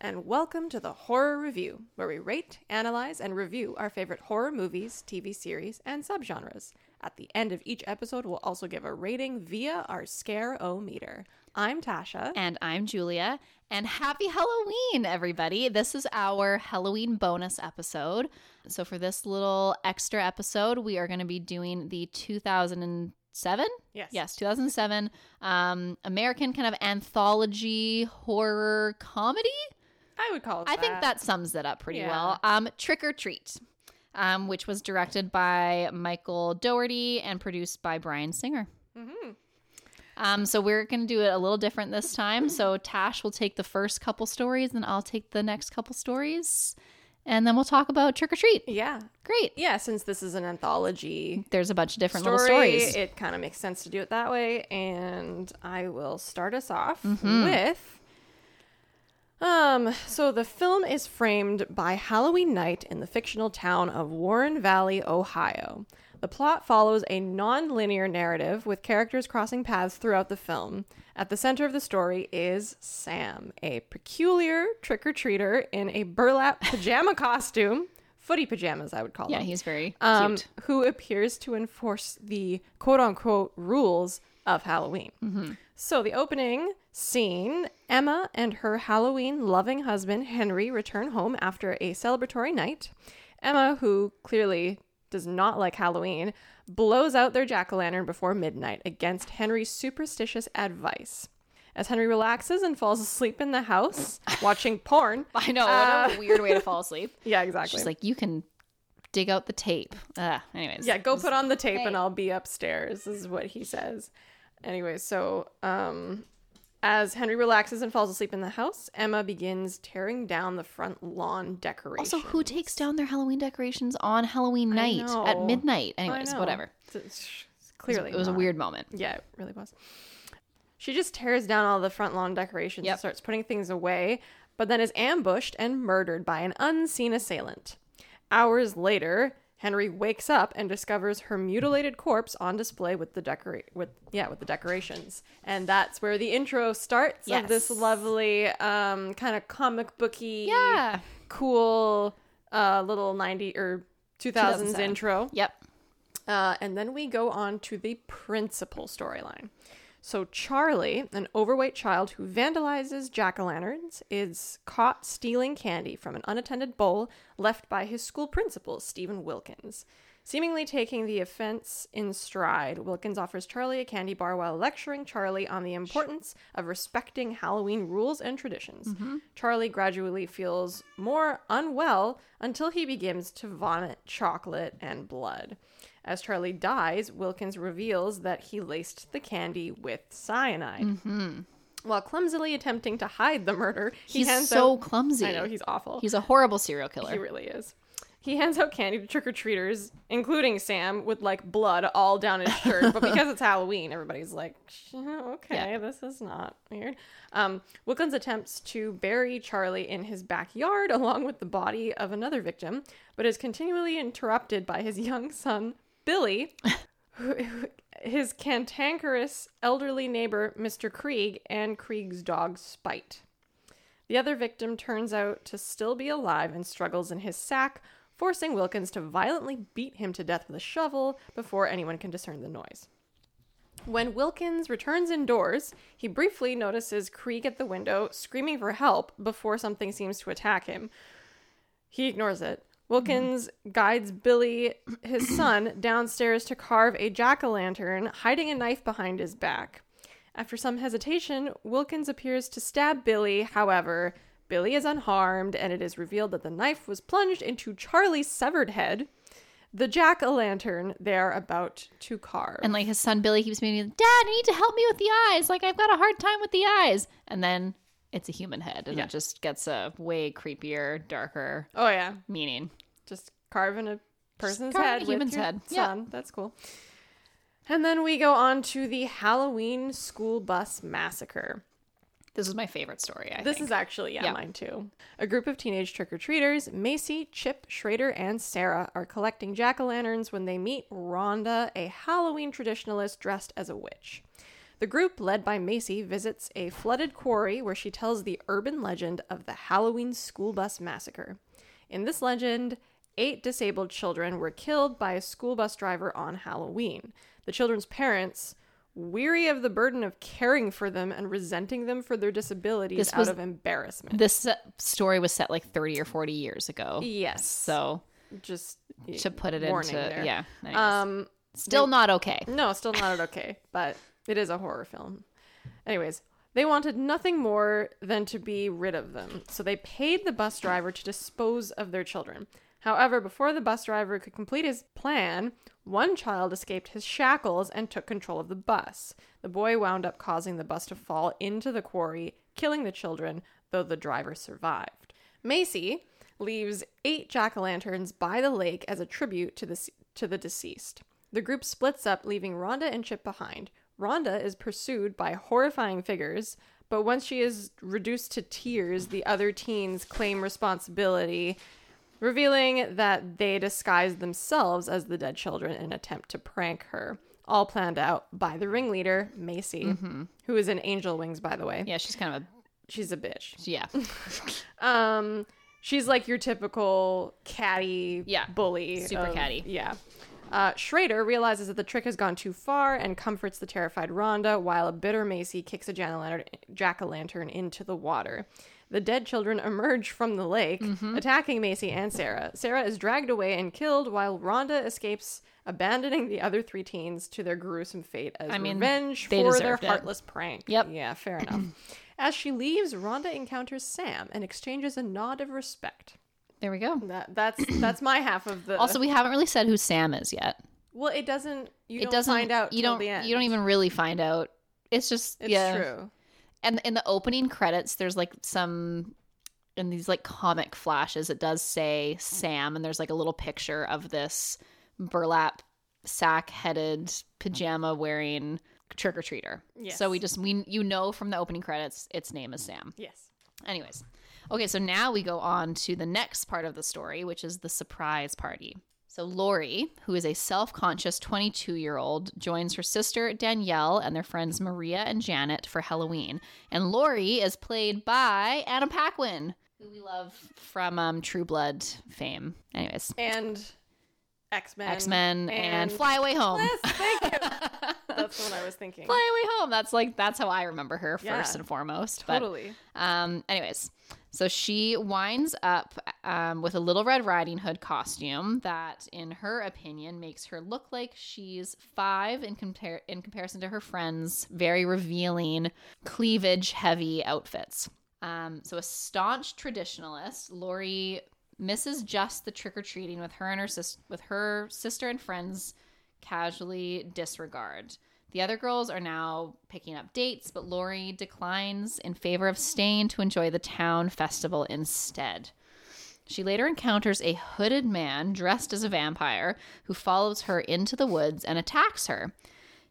and welcome to the Horror Review, where we rate, analyze, and review our favorite horror movies, TV series, and subgenres. At the end of each episode, we'll also give a rating via our Scare O meter. I'm Tasha. And I'm Julia. And happy Halloween, everybody. This is our Halloween bonus episode. So, for this little extra episode, we are going to be doing the 2007? Yes. Yes, 2007 um, American kind of anthology horror comedy. I would call it I think that sums it up pretty Yeah. well. Um, Trick or Treat, um, which was directed by Michael Dougherty and produced by Brian Singer. Mm-hmm. Um, so we're going to do it a little different this time. So Tash will take the first couple stories, and I'll take the next couple stories, and then we'll talk about Trick or Treat. Yeah. Great. Yeah, since this is an anthology There's a bunch of different story, little stories. it kind of makes sense to do it that way. And I will start us off Mm-hmm. with. Um, so the film is framed by Halloween night in the fictional town of Warren Valley, Ohio. The plot follows a non-linear narrative with characters crossing paths throughout the film. At the center of the story is Sam, a peculiar trick-or-treater in a burlap pajama costume, footy pajamas I would call yeah, them he's very um, cute. who appears to enforce the quote unquote rules of Halloween. Mm-hmm. So, the opening scene Emma and her Halloween loving husband, Henry, return home after a celebratory night. Emma, who clearly does not like Halloween, blows out their jack o' lantern before midnight against Henry's superstitious advice. As Henry relaxes and falls asleep in the house watching porn. I know. What a weird way to fall asleep. Yeah, exactly. Uh, She's like, you can dig out the tape. Uh, anyways. Yeah, go put on the tape and I'll be upstairs, is what he says. Anyway, so um, as Henry relaxes and falls asleep in the house, Emma begins tearing down the front lawn decoration. Also, who takes down their Halloween decorations on Halloween night at know. midnight? I Anyways, know. whatever. It's- it's- it's clearly. It was a not. weird moment. Yeah, it really was. She just tears down all the front lawn decorations Yep. and starts putting things away, but then is ambushed and murdered by an unseen assailant. Hours later, Henry wakes up and discovers her mutilated corpse on display with the decora- with yeah, with the decorations. And that's where the intro starts of this Yes. lovely um kind of comic booky Yeah. cool uh little 90 or 2000s 2007. intro. Yep. Uh, and then we go on to the principal storyline. So, Charlie, an overweight child who vandalizes jack o' lanterns, is caught stealing candy from an unattended bowl left by his school principal, Stephen Wilkins. Seemingly taking the offense in stride, Wilkins offers Charlie a candy bar while lecturing Charlie on the importance of respecting Halloween rules and traditions. Mm-hmm. Charlie gradually feels more unwell until he begins to vomit chocolate and blood. As Charlie dies, Wilkins reveals that he laced the candy with cyanide. While clumsily attempting to hide the murder, he Mm-hmm. He's hands so out- clumsy. I know he's awful. He's a horrible serial killer. he really is. He hands out candy to trick or treaters, including Sam, with like blood all down his shirt. but because it's Halloween, everybody's like, "Sh- okay, this is not weird. Um, Wilkins attempts to bury Charlie in his backyard along with the body of another victim, but is continually interrupted by his young son, Billy, his cantankerous elderly neighbor, Mr. Krieg, and Krieg's dog, Spite. The other victim turns out to still be alive and struggles in his sack, forcing Wilkins to violently beat him to death with a shovel before anyone can discern the noise. When Wilkins returns indoors, he briefly notices Krieg at the window screaming for help before something seems to attack him. He ignores it. Wilkins guides Billy, his son, downstairs to carve a jack o' lantern, hiding a knife behind his back. After some hesitation, Wilkins appears to stab Billy. However, Billy is unharmed, and it is revealed that the knife was plunged into Charlie's severed head, the jack o' lantern they are about to carve. and like his son Billy keeps being like, Dad, you need to help me with the eyes. Like I've got a hard time with the eyes. And then it's a human head, and it just gets a way creepier, darker oh, yeah. meaning. just carving a person's carving a head, human's with your head. Yeah. Son, that's cool. And then we go on to the Halloween school bus massacre. This is my favorite story. I This think. is actually yeah, Yeah. mine too. A group of teenage trick or treaters, Macy, Chip, Schrader, and Sarah, are collecting jack o' lanterns when they meet Rhonda, a Halloween traditionalist dressed as a witch. The group, led by Macy, visits a flooded quarry where she tells the urban legend of the Halloween school bus massacre. In this legend, eight disabled children were killed by a school bus driver on Halloween. The children's parents, weary of the burden of caring for them and resenting them for their disabilities This out was- of embarrassment. This uh, story was set like 30 or 40 years ago. Yes. So just to put it warning into there. yeah, anyways. Um, still not okay. No, still not okay, but it is a horror film. Anyways, they wanted nothing more than to be rid of them, so they paid the bus driver to dispose of their children. However, before the bus driver could complete his plan, one child escaped his shackles and took control of the bus. The boy wound up causing the bus to fall into the quarry, killing the children, though the driver survived. Macy leaves eight jack o' lanterns by the lake as a tribute to the, to the deceased. The group splits up, leaving Rhonda and Chip behind. Rhonda is pursued by horrifying figures, but once she is reduced to tears, the other teens claim responsibility, revealing that they disguise themselves as the dead children in an attempt to prank her. All planned out by the ringleader, Macy, who is in Angel Wings, by the way. Yeah, she's kind of a She's a bitch. yeah. Um, she's like your typical catty Yeah. bully. Super of- catty. Yeah. Uh, Schrader realizes that the trick has gone too far and comforts the terrified Rhonda while a bitter Macy kicks a jack o' lantern into the water. The dead children emerge from the lake, Mm-hmm. attacking Macy and Sarah. Sarah is dragged away and killed while Rhonda escapes, abandoning the other three teens to their gruesome fate as I mean, revenge they for their deserved it. heartless reckless prank. Yep. Yeah, fair enough. As she leaves, Rhonda encounters Sam and exchanges a nod of respect. There we go. That that's that's my half of the. Also, we haven't really said who Sam is yet. well, it doesn't. You it don't doesn't find out. You till don't. The end. You don't even really find out. It's just It's yeah. true. And in the opening credits, there's like some in these like comic flashes. It does say Sam, and there's like a little picture of this burlap sack-headed pajama-wearing trick-or-treater. Yes. So we just we you know from the opening credits, its name is Sam. Yes. Anyways, okay, so now we go on to the next part of the story, which is the surprise party. So Lori, who is a self conscious 22 year old, joins her sister Danielle and their friends Maria and Janet for Halloween. And Lori is played by Anna Paquin, who we love from um, True Blood fame. Anyways, And X Men. X Men and, Fly Away Home. Yes, thank you. that's what I was thinking. Fly Away Home. That's like, that's how I remember her Yeah. first and foremost. But Totally. Um, anyways, so she winds up um, with a Little Red Riding Hood costume that, in her opinion, makes her look like she's five in compare in comparison to her friends' very revealing, cleavage-heavy outfits. Um, so a staunch traditionalist, Lori misses just the trick or treating with her and her sis- with her sister and friends casually disregard. The other girls are now picking up dates, but Lori declines in favor of staying to enjoy the town festival instead. She later encounters a hooded man dressed as a vampire who follows her into the woods and attacks her.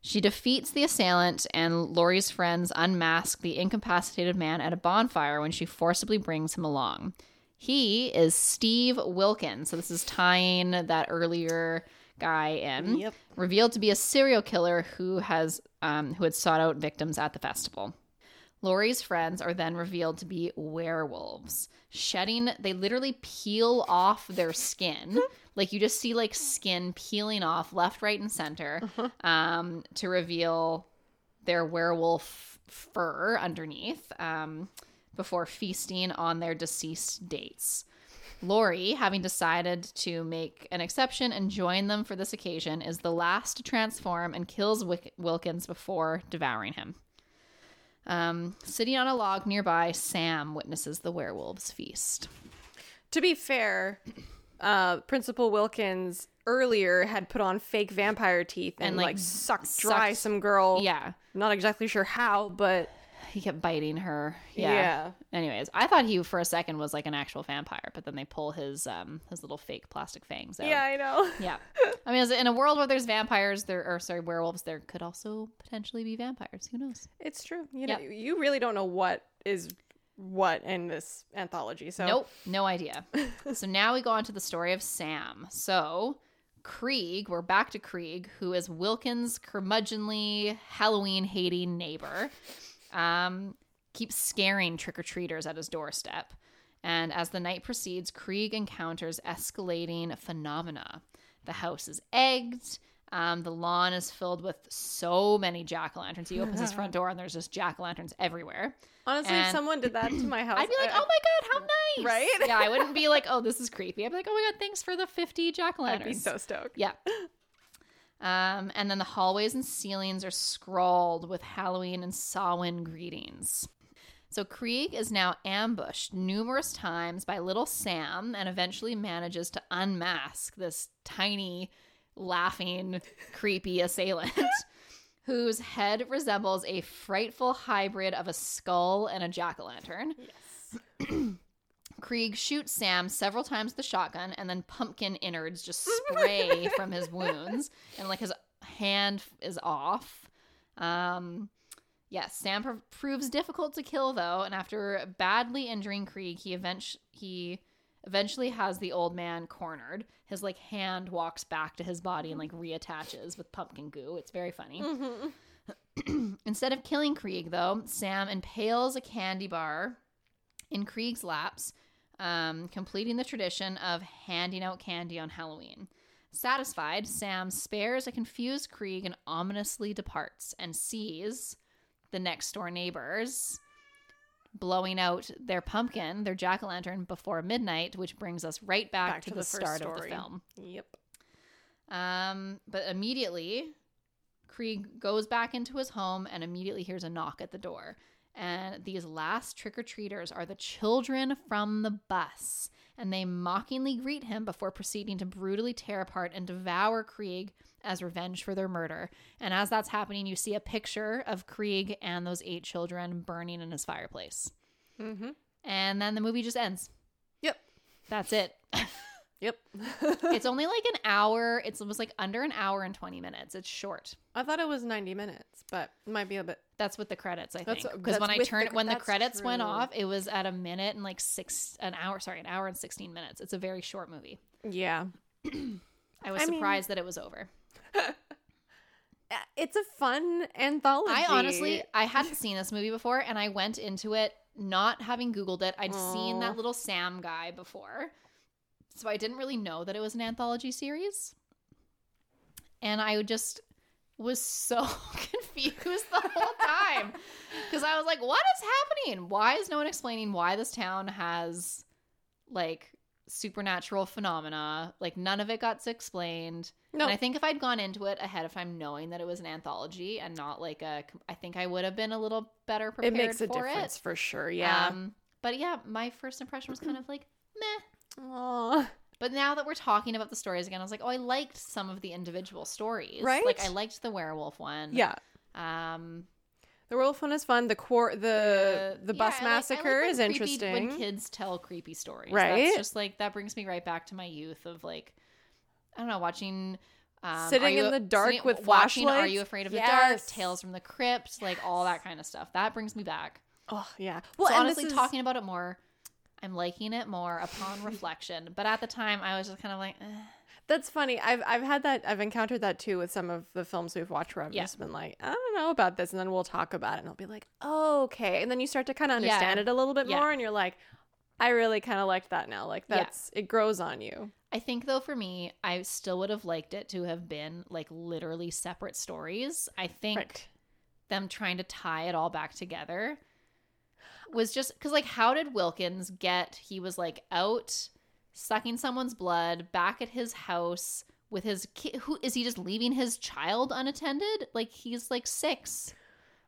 She defeats the assailant, and Lori's friends unmask the incapacitated man at a bonfire when she forcibly brings him along. He is Steve Wilkins. So, this is tying that earlier guy in. Yep. Revealed to be a serial killer who has um, who had sought out victims at the festival. Lori's friends are then revealed to be werewolves, shedding, they literally peel off their skin. like you just see like skin peeling off left, right, and center um, to reveal their werewolf fur underneath um, before feasting on their deceased dates. Lori, having decided to make an exception and join them for this occasion, is the last to transform and kills Wick- Wilkins before devouring him. Um, sitting on a log nearby, Sam witnesses the werewolves' feast. To be fair, uh, Principal Wilkins earlier had put on fake vampire teeth and, And, like, like, sucked dry sucked- some girl. Yeah, Not exactly sure how, but he kept biting her. Yeah. Yeah. Anyways, I thought he for a second was like an actual vampire, but then they pull his um his little fake plastic fangs out. yeah, I know. Yeah. I mean, in a world where there's vampires, there or sorry, werewolves, there could also potentially be vampires. Who knows? It's true. You Yep. know, you really don't know what is what in this anthology. So Nope, no idea. so now we go on to the story of Sam. So Krieg, we're back to Krieg, who is Wilkins' curmudgeonly, Halloween hating neighbor, um, keeps scaring trick or treaters at his doorstep. And as the night proceeds, Krieg encounters escalating phenomena. The house is egged. Um, the lawn is filled with so many jack o' lanterns. He opens his front door and there's just jack o' lanterns everywhere. Honestly, if And- someone did that to my house, I'd be like, I- oh my god, how nice! Right? Yeah, I wouldn't be like, oh, this is creepy. I'd be like, oh my god, thanks for the fifty jack o' I'd lanterns. be so stoked. Yeah. Um, and then the hallways and ceilings are scrawled with Halloween and Samhain greetings. So Krieg is now ambushed numerous times by little Sam and eventually manages to unmask this tiny, laughing, creepy assailant whose head resembles a frightful hybrid of a skull and a jack o' lantern. Yes. Krieg shoots Sam several times with the shotgun, and then pumpkin innards just spray from his wounds, and like his hand is off. Um, yes, Sam pr- proves difficult to kill though, and after badly injuring Krieg, he eventually he eventually has the old man cornered. His like hand walks back to his body and like reattaches with pumpkin goo. It's very funny. Mhm. Instead of killing Krieg, though, Sam impales a candy bar in Krieg's laps, um, completing the tradition of handing out candy on Halloween. Satisfied, Sam spares a confused Krieg and ominously departs and sees the next door neighbors blowing out their pumpkin, their jack o' lantern, before midnight, which brings us right back, to, the, first start of the story. film. Yep. Um, but immediately, Krieg goes back into his home and immediately hears a knock at the door. And these last trick or treaters are the children from the bus, and they mockingly greet him before proceeding to brutally tear apart and devour Krieg as revenge for their murder. And as that's happening, you see a picture of Krieg and those eight children burning in his fireplace. Mm-hmm. And then the movie just ends. Yep. That's it. Yep. it's only like an hour. It's almost like under an hour and 20 minutes. It's short. I thought it was 90 minutes, but it might be a bit. That's with the credits, I That's- think. Because when that's I with turned the- when the that's credits went true. off, it was at a minute and like six an hour, sorry, an hour and sixteen minutes. It's a very short movie. Yeah. I was I mean- surprised that it was over. Uh, It's a fun anthology. I honestly I hadn't seen this movie before and I went into it not having Googled it. I'd seen Oh. that little Sam guy before. So I didn't really know that it was an anthology series. And I just was so confused the whole time. Because I was like, what is happening? Why is no one explaining why this town has like supernatural phenomena? Like none of it got explained. No. And I think if I'd gone into it ahead of time knowing that it was an anthology and not like a, I think I would have been a little better it prepared makes a for difference it. for sure. Yeah. Um, but yeah, my first impression was kind of like meh. Aw. But now that we're talking about the stories again, I was like, oh, I liked some of the individual stories. Right? Like I liked the werewolf one. yeah. Um, The werewolf one is fun. The quar- the the Uh, yeah, bus I like- I massacre like is when creepy- interesting. When kids tell creepy stories, Right? That's just like that brings me right back to my youth of like, I don't know, watching. Um, Sitting Are You- in the dark sitting- with watching Are flashlights? you afraid of the dark? Yes. Tales from the crypt, like all that kind of stuff. That brings me back. oh yeah. Well, Well, and honestly, this is- talking about it more, I'm liking it more upon reflection. But at the time, I was just kind of like, eh. That's funny. I've I've had that. I've encountered that too with some of the films we've watched where I've Yeah. just been like, I don't know about this, and then we'll talk about it, and I'll be like, oh, okay, and then you start to kind of Yeah. understand it a little bit Yeah. more, and you're like, I really kind of like that now. Like Yeah. that's it grows on you. I think though for me, I still would have liked it to have been like literally separate stories. I think Right. them trying to tie it all back together was just because like how did Wilkins get he was like out sucking someone's blood back at his house with his kid who is he just leaving his child unattended like he's like six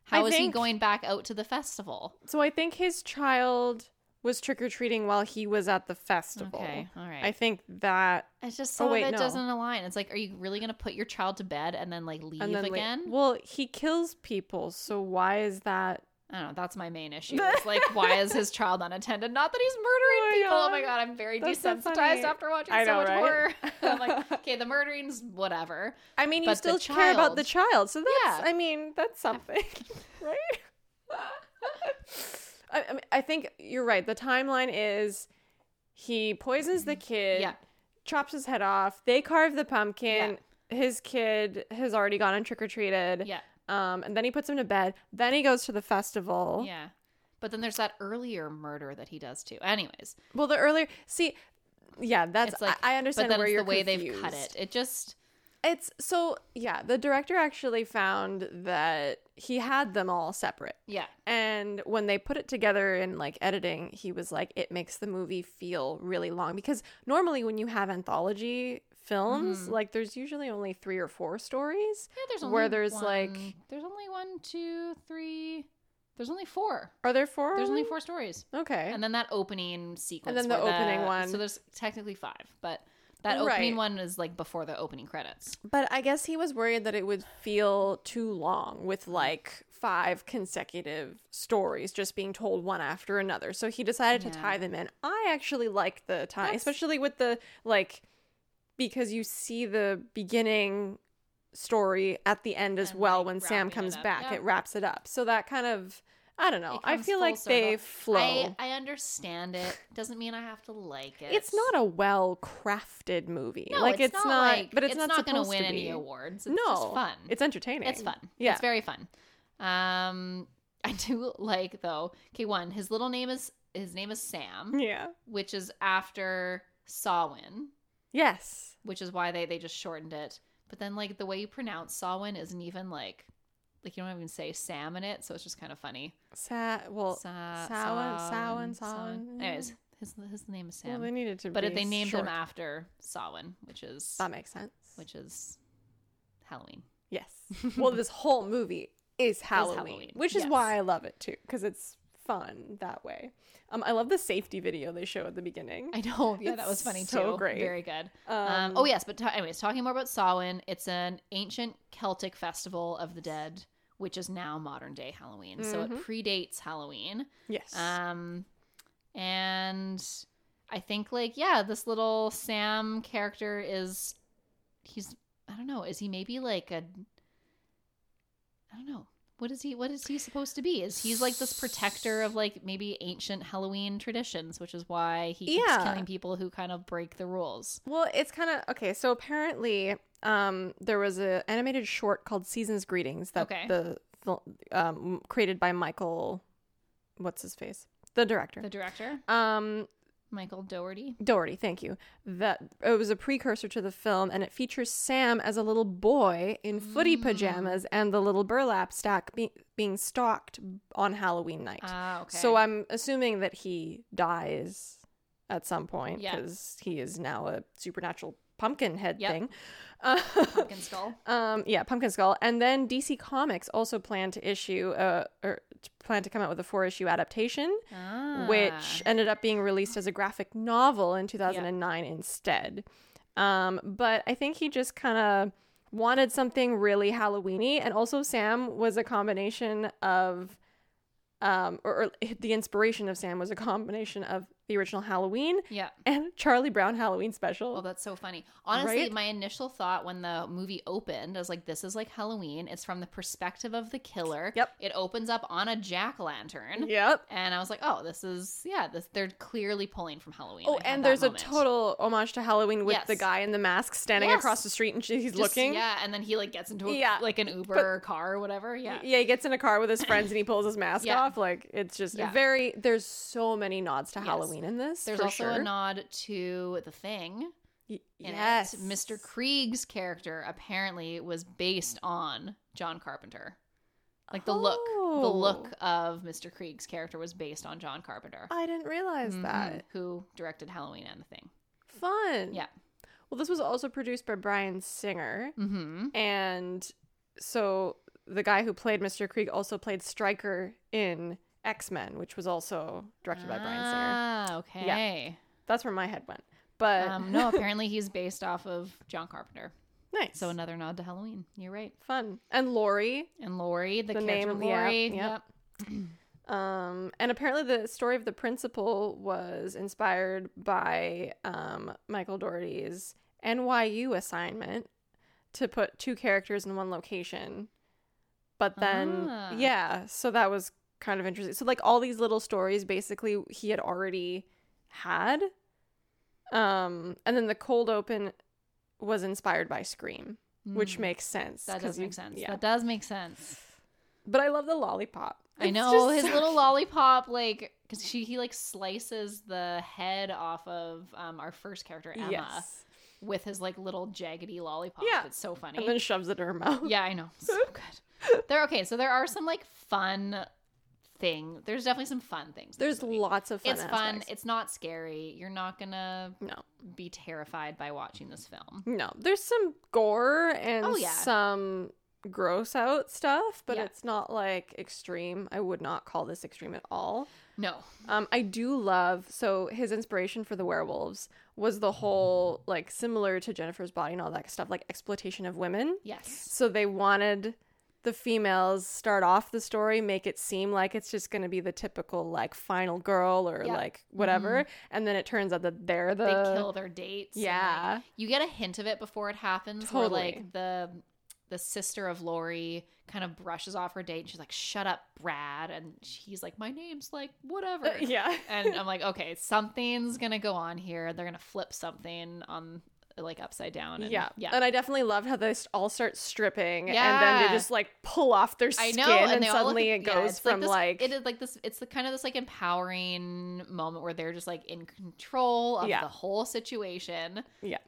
How is he think- going back out to the festival So I think his child was trick or treating while he was at the festival. okay all right I think that it's just Oh, some wait, of it no. doesn't align it's like are you really gonna put your child to bed and then like leave and then like- again well, he kills people, so why is that? I don't know. That's my main issue. It's like, why is his child unattended? Not that he's murdering Oh my people. Oh my God. god, I'm very That's so desensitized funny. after watching I so know, much right? horror. I'm like, okay, the murdering's whatever. I mean, you But still the care about the child, so that's. Yeah. I mean, that's something, right? I, I mean, I think you're right. The timeline is he poisons the kid. Mm-hmm. Yeah. chops his head off. They carve the pumpkin. His kid has already gone and trick or treated. Yeah. Um, and then he puts him to bed. Then he goes to the festival. Yeah. But then there's that earlier murder that he does too. Anyways, Well, the earlier see, yeah, that's it's like I, I understand but then where it's you're the way they've confused. cut it. It just It's so yeah. The director actually found that he had them all separate. yeah. And when they put it together in like editing, he was like, it makes the movie feel really long because normally when you have anthology films, Mm-hmm. like there's usually only three or four stories, Yeah, there's only Where there's, like- one- there's only one, two, three. There's only four. Are there four? There's only four stories, Okay. and then that opening sequence. then the where opening one. So there's technically five, but that Right. opening one is like before the opening credits. But I guess he was worried that it would feel too long with like five consecutive stories just being told one after another. So he decided to Yeah. tie them in. I actually like the tie, That's- especially with the like because you see the beginning story at the end as And, well like, when Sam wrapping it comes up. back. Yeah. It wraps it up. So that kind of I don't know. It I comes feel full like they flow. I, I understand it. Doesn't mean I have to like it. it's not a well crafted movie. No, like it's, not, like, but it's, not, gonna supposed win to be. any awards. It's no, just fun. It's entertaining. It's fun. Yeah. It's very fun. Um I do like though. Okay, one, his little name is his name is Sam, Yeah. which is after Sawin, Yes. which is why they they just shortened it. But then like the way you pronounce Sawin isn't even like like you don't even say Sam in it, so it's just kind of funny. Sa- well, Sa- Samhain, Samhain, Samhain. Samhain, Samhain. Anyways, his his name is well, Sam. they needed to but be if they named short. him after Sawin, which is That makes sense. which is Halloween. yes. well, this whole movie is Halloween, Halloween, which is yes. why I love it too, because it's fun that way. Um, I love the safety video they show at the beginning. I know. Yeah, that It's was funny so too. great. Very good. Um, oh yes, but ta- anyways, talking more about Samhain, it's an ancient Celtic festival of the dead, which is now modern day Halloween. So it Mhm. predates Halloween. yes. Um, and I think like yeah, this little Sam character is he's I don't know is he maybe like a I don't know what is he what is he supposed to be is he's like this protector of like maybe ancient Halloween traditions which is why he keeps Yeah. killing people who kind of break the rules. Well, it's kind of okay. So apparently, um, there was an animated short called "Seasons Greetings" that Okay. the fil- um, created by Michael, what's his face, the director, The director um, Michael Dougherty. Doherty. Thank you. That it was a precursor to the film, and it features Sam as a little boy in footy Mm. pajamas and the little burlap stack be- being stalked on Halloween night. Ah, okay. So uh, I'm assuming that he dies at some point Yeah. because he is now a supernatural pumpkin head Yep. thing. Uh, pumpkin skull. um, yeah, pumpkin skull. And then DC Comics also plan to issue uh, or to plan to come out with a four issue adaptation, which Ah. ended up being released as a graphic novel in 2009 instead. Um, but I think he just kind of wanted something really Halloweeny, and also Sam was a combination of, um, or, or the inspiration of Sam was a combination of the original Halloween yeah. and Charlie Brown Halloween special. Oh, that's so funny. Honestly, Right? my initial thought when the movie opened, I was like, this is like Halloween. It's from the perspective of the killer. Yep. It opens up on a jack lantern. yep. And I was like, oh, this is, yeah, this they're clearly pulling from Halloween. I Oh, had and that there's moment. a total homage to Halloween with Yes. the guy in the mask standing Yes. across the street and she's Just- looking. Yeah, and then he like gets into a, Yeah. like an Uber or car or whatever. Yeah. Yeah, he gets in a car with his friends and he pulls his mask Yeah. off. Like it's just Yeah. very. There's so many nods to Yes. Halloween in this. There's for also sure. a nod to the thing. Y- in it. yes, Mr. Krieg's character apparently was based on John Carpenter. Like the look, Oh. the look of Mr. Krieg's character was based on John Carpenter. I didn't realize Mhm. that. who directed Halloween and the thing? Fun. Yeah. Well, this was also produced by Brian Singer, Mm-hmm. and so the guy who played Mr. Krieg also played Stryker in X Men, which was also directed by Brian Singer. Ah, okay. That's where my head went. But Um, no, apparently he's based off of John Carpenter. nice. So another nod to Halloween. You're right. fun and Laurie. And Lori, the, The character name, yeah, Lori. yep. Yep. Um, and apparently, the story of the principal was inspired by um, Michael Doherty's NYU assignment to put two characters in one location. But then, Ah. yeah, so that was kind of interesting. So, like, all these little stories basically he had already had. Um, and then the cold open was inspired by Scream, which Mm. makes sense. That 'cause does you- make sense. Yeah. That does make sense. But I love the lollipop. I It's know just his so- little lollipop, like, because she he like slices the head off of um, our first character Emma Yes. with his like little jaggedy lollipop. Yeah. it's so funny. And then shoves it in her mouth. yeah, I know. So good. There. Okay, so there are some like fun thing. There's definitely some fun things. in There's this movie. lots of fun. it's fun. aspects. It's not scary. You're not gonna no, be terrified by watching this film. no. There's some gore and Oh, yeah. some gross out stuff, but Yeah. it's not like extreme. I would not call this extreme at all. No. Um, I do love so his inspiration for the werewolves was the whole like similar to Jennifer's body and all that stuff, like exploitation of women. Yes. So they wanted the females start off the story, make it seem like it's just going to be the typical like final girl or Yep. like whatever, and then it turns out that they're the Mm-hmm. they kill their dates. and, like, uh, yeah. you get a hint of it before it happens where Totally. like the the sister of Lori kind of brushes off her date and she's like, Shut up, Brad and he's like, My name's like whatever. Uh, yeah. and I'm like, Okay, something's gonna go on here. They're gonna flip something on like upside down. And, yeah, Yeah. and I definitely loved how they s- all start stripping, and then Yeah. they just like pull off their I skin, know, and, they all look- suddenly it yeah, goes it's from this- like, it is like this. It's the kind of this like empowering moment where they're just like in control of Yeah. the whole situation. Yeah.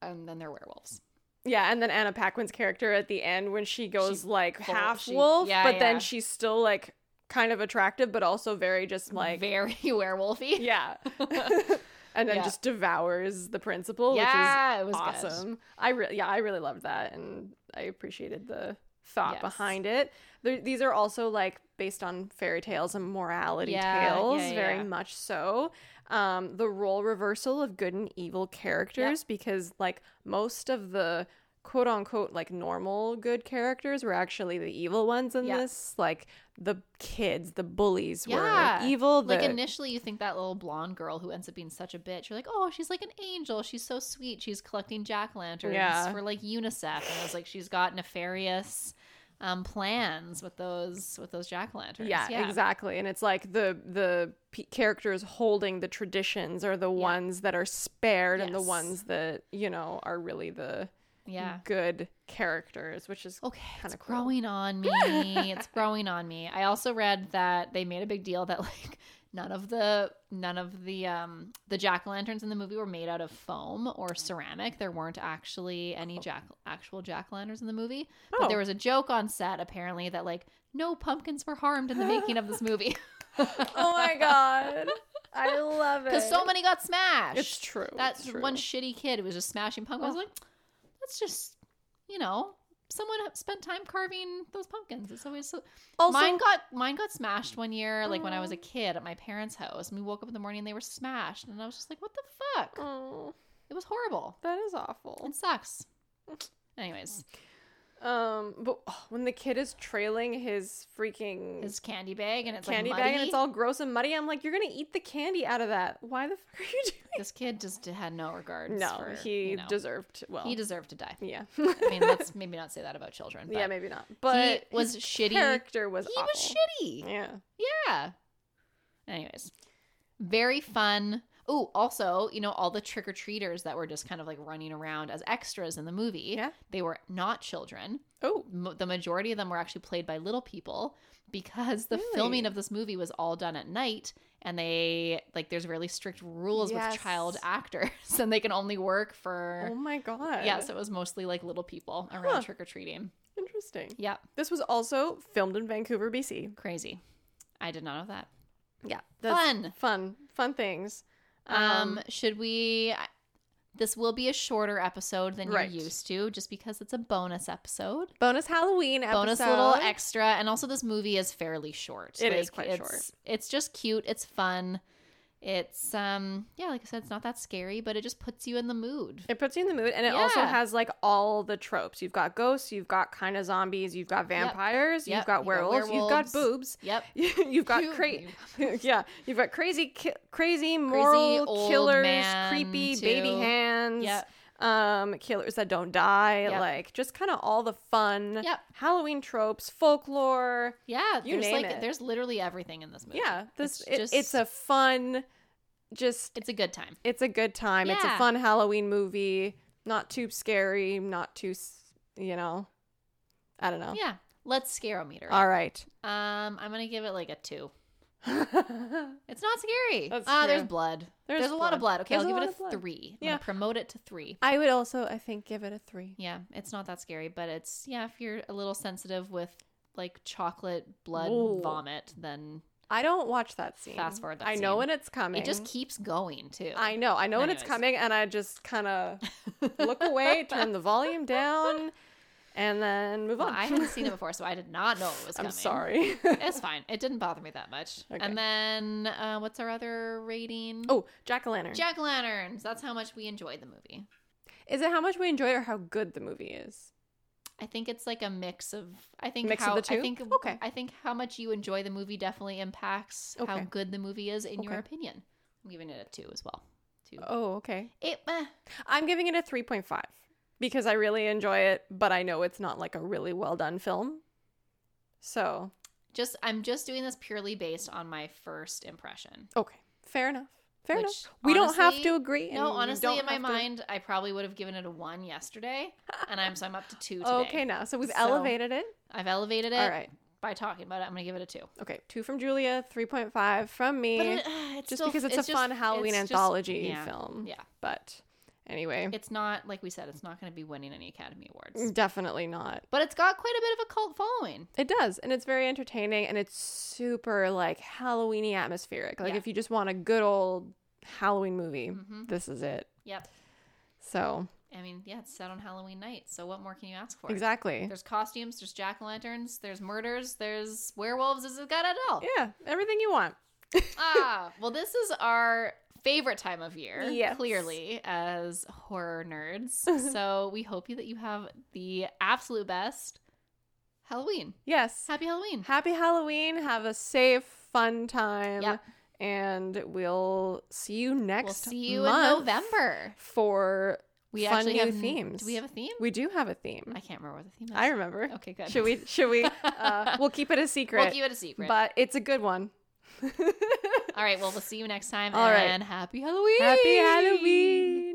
and then they're werewolves. yeah, and then Anna Paquin's character at the end when she goes like full- half she- wolf, yeah, but yeah. then she's still like kind of attractive, but also very just like very werewolfy. yeah, and then Yeah. just devours the principal, which is yeah, it was good. awesome. I really, yeah, I really loved that, and I appreciated the thought Yes. behind it. There, these are also like based on fairy tales and morality Yeah, tales, yeah, very yeah. much so. Um, the role reversal of good and evil characters, because like most of the quote unquote like normal good characters were actually the evil ones in Yeah. this. Like the kids, the bullies Yeah. were evil. Like the- initially, you think that little blonde girl who ends up being such a bitch. You're like, oh, she's like an angel. She's so sweet. She's collecting jack lanterns Yeah. for like UNICEF, and I was like, she's got nefarious um, plans with those with those jack lanterns. Yeah, exactly. And it's like the the p- characters holding the traditions are the ones that are spared, and the Yes. ones that you know are really the yeah. Oh good characters, which is Okay, Kinda it's cool. growing on me. it's growing on me. I also read that they made a big deal that like none of the none of the um the jack o' lanterns in the movie were made out of foam or ceramic. There weren't actually any jack actual jack o' lanterns in the movie. But there Oh. was a joke on set apparently that like no pumpkins were harmed in the making of this movie oh my god, I love it. because so many got smashed. it's true. That's it's true. one shitty kid who was just smashing pumpkins. I was like, that's just you know. Someone spent time carving those pumpkins. It's always so also, Mm-hmm. mine got mine got smashed one year, like when I was a kid at my parents' house, and we woke up in the morning and they were smashed, and I was just like, "What the fuck? oh, It was horrible. that is awful. It sucks." Anyways, Um, but oh, when the kid is trailing his freaking his candy bag and it's candy like bag and muddy. it's all gross and muddy, I'm like, you're gonna eat the candy out of that. Why the fuck are you doing? This kid just had no regards. No, for, he you know, deserved. Well, he deserved to die. Yeah. I mean, let's maybe not say that about children. But yeah, maybe not. But was his shitty. Character was he awful. was shitty. Yeah. Yeah. Anyways, very fun. Oh, also, you know, all the trick or treaters that were just kind of like running around as extras in the movie, Yeah. they were not children. Oh, M- the majority of them were actually played by little people because the filming Really? of this movie was all done at night and they like there's really strict rules Yes. with child actors and they can only work oh for my god. yeah so it was mostly like little people around Huh. trick-or-treating interesting. yep This was also filmed in Vancouver, BC. crazy i did not know that Yeah. Fun. Fun. Fun things. Um, Um, should we? I- This will be a shorter episode than Right. you're used to, just because it's a bonus episode, Bonus Halloween episode. bonus little extra, and also this movie is fairly short. It is quite it's, short. It's just cute. It's fun. It's um, yeah, like I said, it's not that scary, but it just puts you in the mood. It puts you in the mood, and it also Yeah. has like all the tropes. You've got ghosts, you've got kind of zombies, you've got vampires, Yep. you've got You got werewolves, you've got werewolves. boobs, Yep. you've got You- cra- you- yeah, you've got crazy, ki- crazy moral old killers, man, creepy too. baby hands, Yep. um, killers that don't die, Yep. like just kind of all the fun Yep. Halloween tropes, folklore. Yeah. You there's name like it. there's literally everything in this movie. Yeah, this It's it, just- it's a fun just It's a good time. it's a good time. It's a Yeah. fun Halloween movie. Not too scary. Not too, s- you know. I don't know. Yeah. Let's scarometer. it. Oh. All right. Um, I'm gonna give it like a two. It's not scary. That's Ah, there's true. blood. There's There's, a lot of blood. blood. Okay, There's a I'll lot of give it a blood. three. Yeah. Yeah, promote it to three. I would also, I think, give it a three. Yeah, it's not that scary, but it's yeah. If you're a little sensitive with like chocolate blood Ooh. vomit, then I don't watch that scene. Fast forward that I know scene. when it's coming. it just keeps going too. I know. I know when it's Anyways. coming, and I just kind of look away, turn the volume down, and then move Well, on. I hadn't seen it before, so I did not know it was I'm coming. sorry. It's fine. It didn't bother me that much. Okay. And then uh, what's our other rating? oh, Jack o' Lantern. Jack Lanterns. That's how much we enjoyed the movie. is it how much we enjoy it or how good the movie is? I think it's like a mix of I think Mix of how the two? I think Okay. I think how much you enjoy the movie definitely impacts how Okay. good the movie is in your Okay. opinion. I'm giving it a two as well. Two. Oh, okay. It, eh, I'm giving it a 3.5 because I really enjoy it, but I know it's not like a really well done film. So, just I'm just doing this purely based on my first impression. okay. Fair enough. Fair Which, enough. We don't have honestly- to agree. and no, you honestly, don't in my have to- mind, I probably would have given it a one yesterday, and I'm so I'm up to two today. Okay, now. So we've So- elevated it. I've elevated it All right. by talking about it. I'm gonna give it a two. Okay. Two from Julia, 3.5 from me. But it, eh, it's just still- because it's, a just- fun Halloween it's just- anthology yeah, film. Yeah, But anyway, it's not like we said. It's not going to be winning any Academy Awards. Mm. definitely not. But it's got quite a bit of a cult following. It does, and it's very entertaining, and it's super like Halloweeny atmospheric. Like Yeah. if you just want a good old Halloween movie, Mhm. this is it. Yep. So I mean, yeah, it's set on Halloween night. So what more can you ask for? exactly, There's costumes, there's jack o' lanterns, there's murders, there's werewolves. It's got it all. yeah, everything you want. ah, well, this is our favorite time of year, Yes. clearly, as horror nerds. so we hope you that you have the absolute best Halloween. Yes, Happy Halloween. happy Halloween. Have a safe, fun time, Yep. and we'll see you next. We'll see you in month November. for We fun actually new have themes. Do we have a theme? We do have a theme. I can't remember what the theme is. I, remember. Okay, Oh, good. Should we? Should we? Uh, we'll keep it a secret. We'll keep it a secret. but it's a good one. All right. Well, we'll see you next time. All right. and happy Halloween. Happy Halloween.